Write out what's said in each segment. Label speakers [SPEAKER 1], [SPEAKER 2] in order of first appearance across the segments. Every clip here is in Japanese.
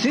[SPEAKER 1] す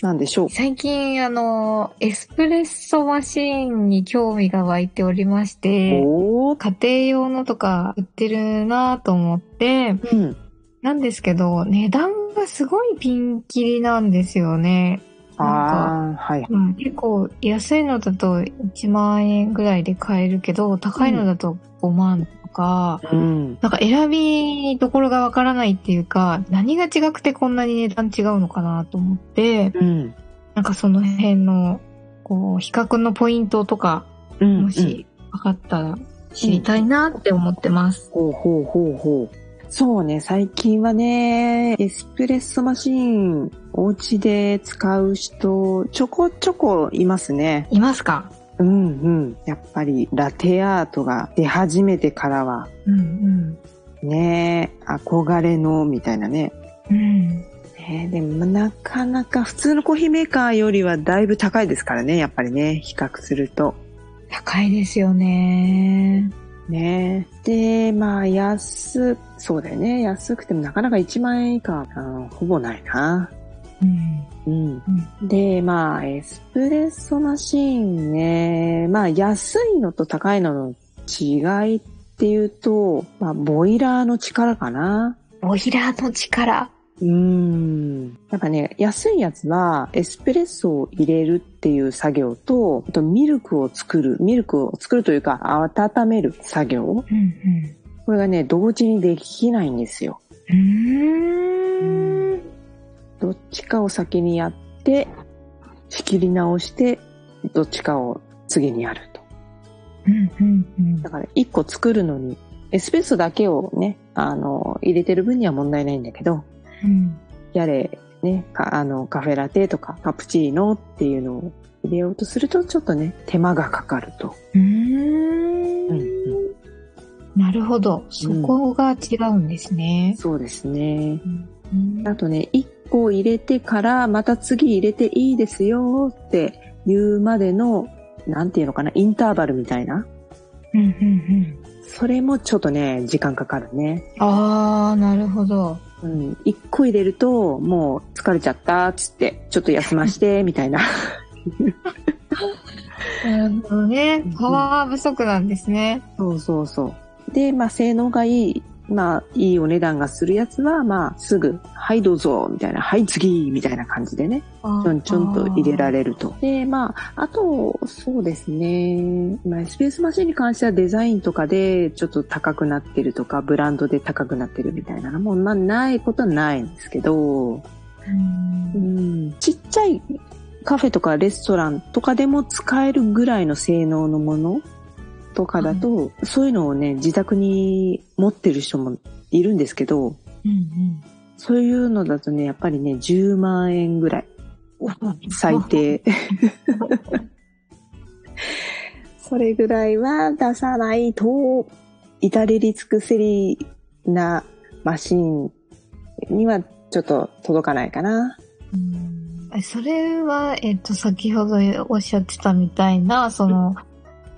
[SPEAKER 1] なんでしょう
[SPEAKER 2] 最近、あの、エスプレッソマシーンに興味が湧いておりまして、
[SPEAKER 1] おー
[SPEAKER 2] 家庭用のとか売ってるなと思って、
[SPEAKER 1] うん
[SPEAKER 2] なんですけど、値段がすごいピンキリなんですよね。
[SPEAKER 1] ああはい
[SPEAKER 2] うん、結構安いのだと1万円ぐらいで買えるけど、高いのだと5万とか、
[SPEAKER 1] うん
[SPEAKER 2] なんか選びどころがわからないっていうか、何が違くてこんなに値段違うのかなと思って、
[SPEAKER 1] うん
[SPEAKER 2] なんかその辺の、こう、比較のポイントとか、
[SPEAKER 1] うん
[SPEAKER 2] もし分かったら知りたいなって思ってます。
[SPEAKER 1] ほうほうほうほう。そうね、最近はね、エスプレッソマシン、お家で使う人、ちょこちょこいますね。
[SPEAKER 2] いますか
[SPEAKER 1] うんうん。やっぱり、ラテアートが出始めてからは、
[SPEAKER 2] うん
[SPEAKER 1] ね、憧れの、みたいなね。
[SPEAKER 2] うん。うん。
[SPEAKER 1] ねでも、なかなか普通のコーヒーメーカーよりはだいぶ高いですからね、やっぱりね、比較すると。
[SPEAKER 2] 高いですよね。
[SPEAKER 1] ねで、まあ、安、そうだよね、安くてもなかなか1万円以下、あのほぼないな。
[SPEAKER 2] うん。
[SPEAKER 1] うんで、まあ、エスプレッソマシーンね、まあ、安いのと高いのの違いっていうと、まあ、ボイラーの力かな。
[SPEAKER 2] ボイラーの力。
[SPEAKER 1] うん。なんかね、安いやつは、エスプレッソを入れるっていう作業と、あとミルクを作る、ミルクを作るというか、温める作業。
[SPEAKER 2] うんうん。
[SPEAKER 1] これがね、同時にできないんですよ。
[SPEAKER 2] うーん。
[SPEAKER 1] どっちかを先にやって、仕切り直して、どっちかを次にやると。
[SPEAKER 2] うんうんうん
[SPEAKER 1] だ。から一個作るのに、エスプレッソだけをね、あの、入れてる分には問題ないんだけど、
[SPEAKER 2] うん
[SPEAKER 1] やれ、ね、かあの、カフェラテとかカプチーノっていうのを入れようとすると、ちょっとね、手間がかかると。
[SPEAKER 2] うー
[SPEAKER 1] うん
[SPEAKER 2] ん
[SPEAKER 1] う
[SPEAKER 2] なるほど。そこが違うんです
[SPEAKER 1] ん、
[SPEAKER 2] ね。
[SPEAKER 1] そうですね。
[SPEAKER 2] うん
[SPEAKER 1] あとね、一個入れてから、また次入れていいですよっていうまでの、なんていうのかな、インターバルみたいな。
[SPEAKER 2] うんうんうん。
[SPEAKER 1] それもちょっとね、時間かかるね。
[SPEAKER 2] あー、なるほど。
[SPEAKER 1] うん、一個入れると、もう疲れちゃったっつって、ちょっと休ま して、みたいな。
[SPEAKER 2] なるほどね
[SPEAKER 1] うん。
[SPEAKER 2] パワー不足なんですね。
[SPEAKER 1] そうそうそう。で、まあ、性能がいい、まあ、いいお値段がするやつは、まあ、すぐ、はい、どうぞ、みたいな、はい、次、みたいな感じでね、ちょんちょんと入れら
[SPEAKER 2] れ
[SPEAKER 1] れると。で、まあ、あと、そうですね、まあ、スペースマシンに関してはデザインとかで、ちょっと高くなってるとか、ブランドで高くなってるみたいなのも、まあ、ないことはないんですけど、うんちっちゃいカフェとかレストランとかでも使えるぐらいの性能のものとかだと、そういうのをね、自宅に持ってる人もいるんですけど、
[SPEAKER 2] うん
[SPEAKER 1] そういうのだとね、やっぱりね、10万円ぐらい。
[SPEAKER 2] うん。
[SPEAKER 1] 最低。それぐらいは出さないと、至れり尽くせりなマシンにはちょっと届かないかな。
[SPEAKER 2] えそれは、えっと、先ほどおっしゃってたみたいな、その、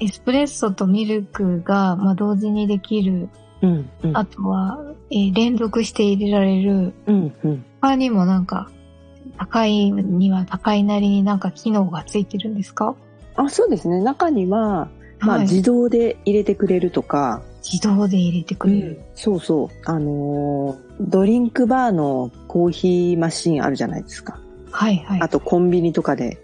[SPEAKER 2] エスプレッソとミルクが、まあ、同時にできる。
[SPEAKER 1] うん、うん
[SPEAKER 2] あとは、えー連続して入れられる。
[SPEAKER 1] うん、うん。
[SPEAKER 2] 他にもなんか、高いには高いなりになんか機能がついてるんですか
[SPEAKER 1] あ、そうですね。中には、まあ、
[SPEAKER 2] はい
[SPEAKER 1] 自動で入れてくれるとか、
[SPEAKER 2] 自動で入れてくれる。
[SPEAKER 1] そうそう、あのードリンクバーのコーヒーマシンあるじゃないですか。
[SPEAKER 2] はいはい
[SPEAKER 1] あ。と、コンビニとかで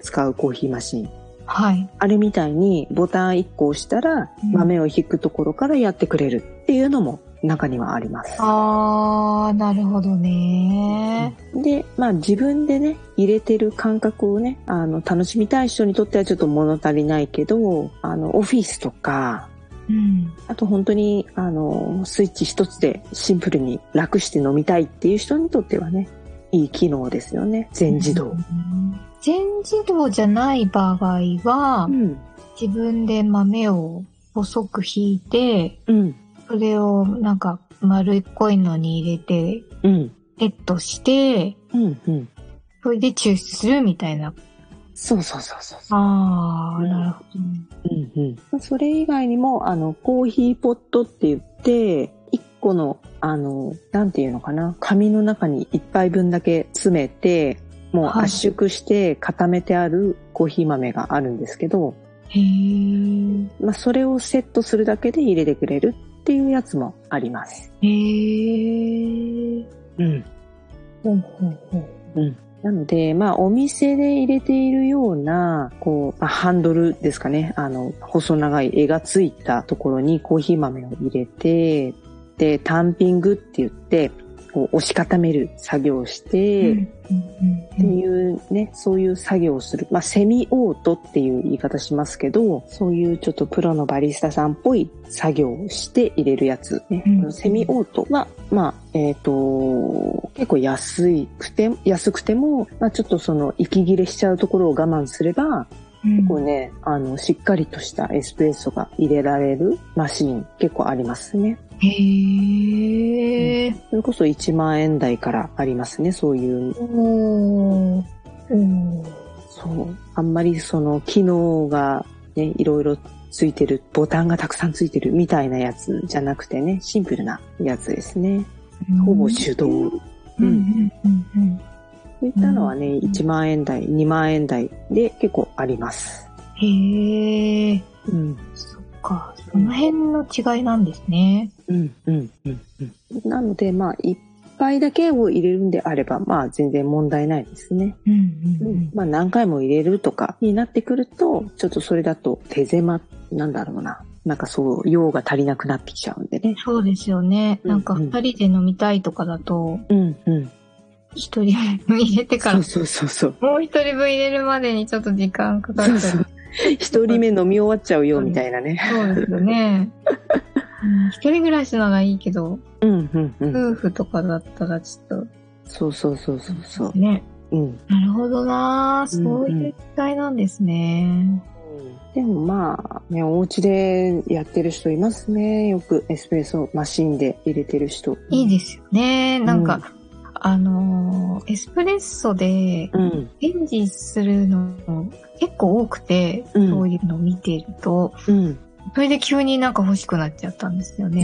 [SPEAKER 1] 使うコーヒーマシン。
[SPEAKER 2] はい。
[SPEAKER 1] あれみたいにボタン1個押したら
[SPEAKER 2] うん
[SPEAKER 1] 豆を引くところからやってくれるっていうのも中にはあります。
[SPEAKER 2] あー、なるほどね。
[SPEAKER 1] で、まあ自分でね、入れてる感覚をね、あの、楽しみたい人にとってはちょっと物足りないけど、あの、オフィスとか、
[SPEAKER 2] うん。
[SPEAKER 1] あと本当に、あの、スイッチ一つでシンプルに楽して飲みたいっていう人にとってはね、いい機能ですよね。全自
[SPEAKER 2] う。
[SPEAKER 1] 動
[SPEAKER 2] ん。全自動じゃない場合は、
[SPEAKER 1] うん。
[SPEAKER 2] 自分で豆を細く引いて、
[SPEAKER 1] うん。
[SPEAKER 2] それをなんか丸っこいのに入れて、
[SPEAKER 1] うん。
[SPEAKER 2] セットして、
[SPEAKER 1] うん。うん。
[SPEAKER 2] それで抽出するみたいな。
[SPEAKER 1] そうそうそうそうそう。
[SPEAKER 2] あ
[SPEAKER 1] う
[SPEAKER 2] ー、
[SPEAKER 1] ん
[SPEAKER 2] なるほどね。
[SPEAKER 1] うんうん、それ以外にも、あの、コーヒーポットって言って、一個の、あの、なんていうのかな、紙の中に一杯分だけ詰めて、もう
[SPEAKER 2] はい
[SPEAKER 1] 圧縮して固めてあるコーヒー豆があるんですけど、
[SPEAKER 2] へー。
[SPEAKER 1] まあ、それをセットするだけで入れてくれるっていうやつもあります。
[SPEAKER 2] へー。
[SPEAKER 1] うん。
[SPEAKER 2] ほうほうほう。
[SPEAKER 1] なので、まあ、お店で入れているような、こう、まあ、ハンドルですかね。あの、細長い絵がついたところにコーヒー豆を入れて、で、タンピングって言って、こう、押し固める作業をして、
[SPEAKER 2] う
[SPEAKER 1] っ
[SPEAKER 2] んうん
[SPEAKER 1] て
[SPEAKER 2] うん
[SPEAKER 1] いうね、そういう作業をする。まあ、セミオートっていう言い方しますけど、そういうちょっとプロのバリスタさんっぽい作業をして入れるやつ、ね。
[SPEAKER 2] うん
[SPEAKER 1] セミオートは、まあ、えっ、と、結構安いくて、安くても、まあちょっとその息切れしちゃうところを我慢すれば、
[SPEAKER 2] うん
[SPEAKER 1] 結構ね、あの、しっかりとしたエスプレッソが入れられるマシーン結構ありますね。
[SPEAKER 2] へー。
[SPEAKER 1] それこそ1万円台からありますね、そういう。
[SPEAKER 2] おー。おー。
[SPEAKER 1] そう。あんまりその機能がね、いろいろついてる、ボタンがたくさんついてるみたいなやつじゃなくてね、シンプルなやつですね。ほぼ手動
[SPEAKER 2] うんうんうんうん。
[SPEAKER 1] そういったのはね、
[SPEAKER 2] ん
[SPEAKER 1] 1万円台、2万円台で結構あります。
[SPEAKER 2] へー。
[SPEAKER 1] うん。
[SPEAKER 2] そっか。その辺の違いなんですね。
[SPEAKER 1] うん、うん、うん。なので、まあ、一杯だけを入れるんであれば、まあ、全然問題ないですね。
[SPEAKER 2] うんう
[SPEAKER 1] うん
[SPEAKER 2] うん
[SPEAKER 1] ん。。まあ、何回も入れるとかになってくると、ちょっとそれだと手狭、なんだろうな。なんかそう、用が足りなくなってきちゃうんでね。
[SPEAKER 2] そうですよね。
[SPEAKER 1] うん
[SPEAKER 2] なんか二人で飲みたいとかだと、
[SPEAKER 1] うん、うん。
[SPEAKER 2] 一人分入れてか
[SPEAKER 1] そ
[SPEAKER 2] ら
[SPEAKER 1] う、そうそうそう。
[SPEAKER 2] もう一人分入れるまでにちょっと時間かかっちゃ。
[SPEAKER 1] そうう
[SPEAKER 2] そ
[SPEAKER 1] そうう。一人目飲み終わっちゃうよ、みたいなね。
[SPEAKER 2] ですよね。うん一人暮らしならいいけど、
[SPEAKER 1] うん、うん、うん。
[SPEAKER 2] 夫婦とかだったらちょっ
[SPEAKER 1] そうそうそうそうそう
[SPEAKER 2] と。ね。
[SPEAKER 1] うん。
[SPEAKER 2] なるほどなぁ
[SPEAKER 1] うんうん
[SPEAKER 2] そういう違いなんですね。
[SPEAKER 1] でもまあ、ね、お家でやってる人いますね。よくエスプレッソマシンで入れてる人。
[SPEAKER 2] いい
[SPEAKER 1] で
[SPEAKER 2] ですよね。なんか、あのーエスプレッソで、
[SPEAKER 1] うん。
[SPEAKER 2] レンジするの結構多くて、
[SPEAKER 1] うん
[SPEAKER 2] そういうのを見てると、
[SPEAKER 1] うん。
[SPEAKER 2] それで急になんか欲しくなっちゃったんですよね。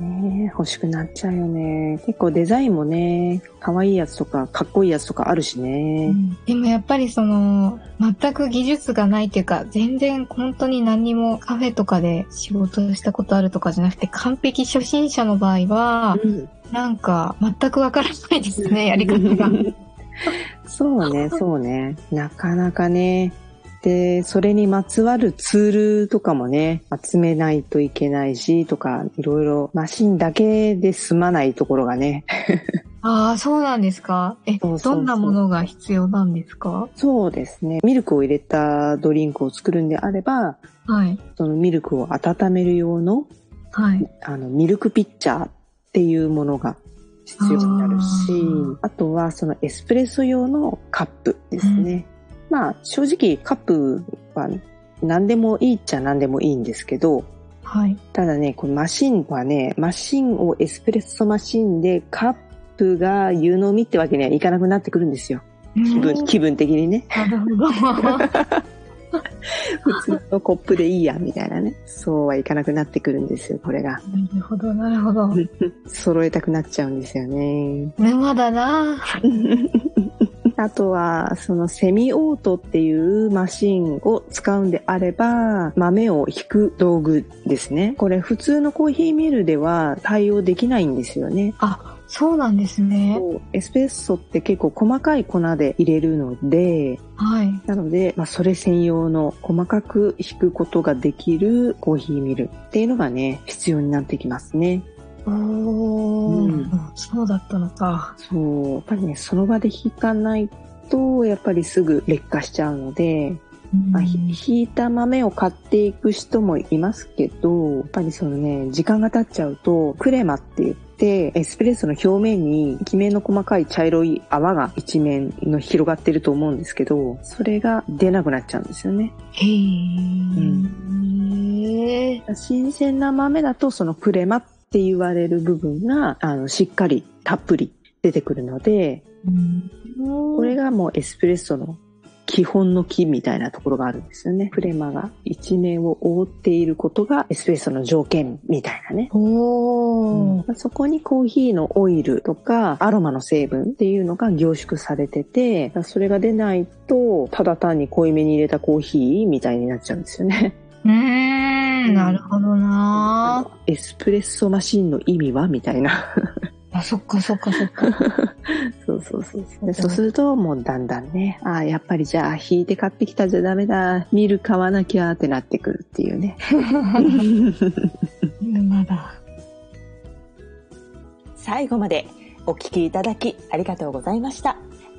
[SPEAKER 1] ねえ欲しくなっちゃうよね。結構デザインもね、可愛いやつとか、かっこいいやつとかあるし
[SPEAKER 2] う
[SPEAKER 1] ね。
[SPEAKER 2] んでもやっぱりその、全く技術がないというか、全然本当に何もカフェとかで仕事したことあるとかじゃなくて、完璧初心者の場合は、
[SPEAKER 1] うん
[SPEAKER 2] なんか全くわからないですね、やり方 が。
[SPEAKER 1] そうね、そうね。なかなかね。で、それにまつわるツールとかもね、集めないといけないし、とか、いろいろマシンだけで済まないところがね、
[SPEAKER 2] ああ、そうなんですか。え、
[SPEAKER 1] そうそうそう
[SPEAKER 2] どんなものが必要なんですか
[SPEAKER 1] そうですね。ミルクを入れたドリンクを作るんであれば、
[SPEAKER 2] はい。
[SPEAKER 1] そのミルクを温める用の、
[SPEAKER 2] はい。
[SPEAKER 1] あの、ミルクピッチャーっていうものが必要になるし
[SPEAKER 2] あー、
[SPEAKER 1] あとはそのエスプレッソ用のカップですね。まあ、正直カップは何でもいいっちゃ何でもいいんですけど、
[SPEAKER 2] はい。
[SPEAKER 1] ただね、このマシンはね、マシンをエスプレッソマシンでカップが湯飲みってわけにはいかなくなってくるんですよ。気
[SPEAKER 2] う
[SPEAKER 1] 分
[SPEAKER 2] ん
[SPEAKER 1] 気分的にね。
[SPEAKER 2] なるほど。
[SPEAKER 1] 普通のコップでいいや、みたいなね。そうはいかなくなってくるんですよ、これが。
[SPEAKER 2] なるほど、なるほど。
[SPEAKER 1] 揃えたくなっちゃうんですよね。
[SPEAKER 2] 沼だな
[SPEAKER 1] あとは、そのセミオートっていうマシンを使うんであれば、豆を引く道具ですね。これ普通のコーヒーミルでは対応できないんですよね。
[SPEAKER 2] あ、そうなんですね。
[SPEAKER 1] こうエスプレッソって結構細かい粉で入れるので、
[SPEAKER 2] はい。
[SPEAKER 1] なので、まあ、それ専用の細かく引くことができるコーヒーミルっていうのがね、必要になってきますね。
[SPEAKER 2] おー、
[SPEAKER 1] うん
[SPEAKER 2] そうだったのか。
[SPEAKER 1] そう、やっぱりね、その場で引かないと、やっぱりすぐ劣化しちゃうので、まあ、ひ引いた豆を買っていく人もいますけど、やっぱりそのね、時間が経っちゃうと、クレマって言って、エスプレッソの表面に、きめの細かい茶色い泡が一面の広がってると思うんですけど、それが出なくなっちゃうんですよね。
[SPEAKER 2] へえ。
[SPEAKER 1] 新鮮な豆だとそのクレマって言われる部分があのしっかりたっぷり出てくるので
[SPEAKER 2] うん
[SPEAKER 1] これがもうエスプレッソの基本の木みたいなところがあるんですよね。クレマが一面を覆っていることがエスプレッソの条件みたいなね。
[SPEAKER 2] おー。
[SPEAKER 1] まあそこにコーヒーのオイルとかアロマの成分っていうのが凝縮されてて、それが出ないと、ただ単に濃いめに入れたコーヒーみたいになっちゃうんですよね。
[SPEAKER 2] うーん、なるほどな
[SPEAKER 1] エスプレッソマシンの意味はみたいな。
[SPEAKER 2] あ、そっかそっ かそっか。
[SPEAKER 1] そうそうそうそうう。そうすると、もうだんだんね、ああ、やっぱりじゃあ、引いて買ってきたじゃダメだ、ミル買わなきゃってなってくるっていうね。
[SPEAKER 2] 沼だ。
[SPEAKER 3] 最後までお聞きいただきありがとうございました。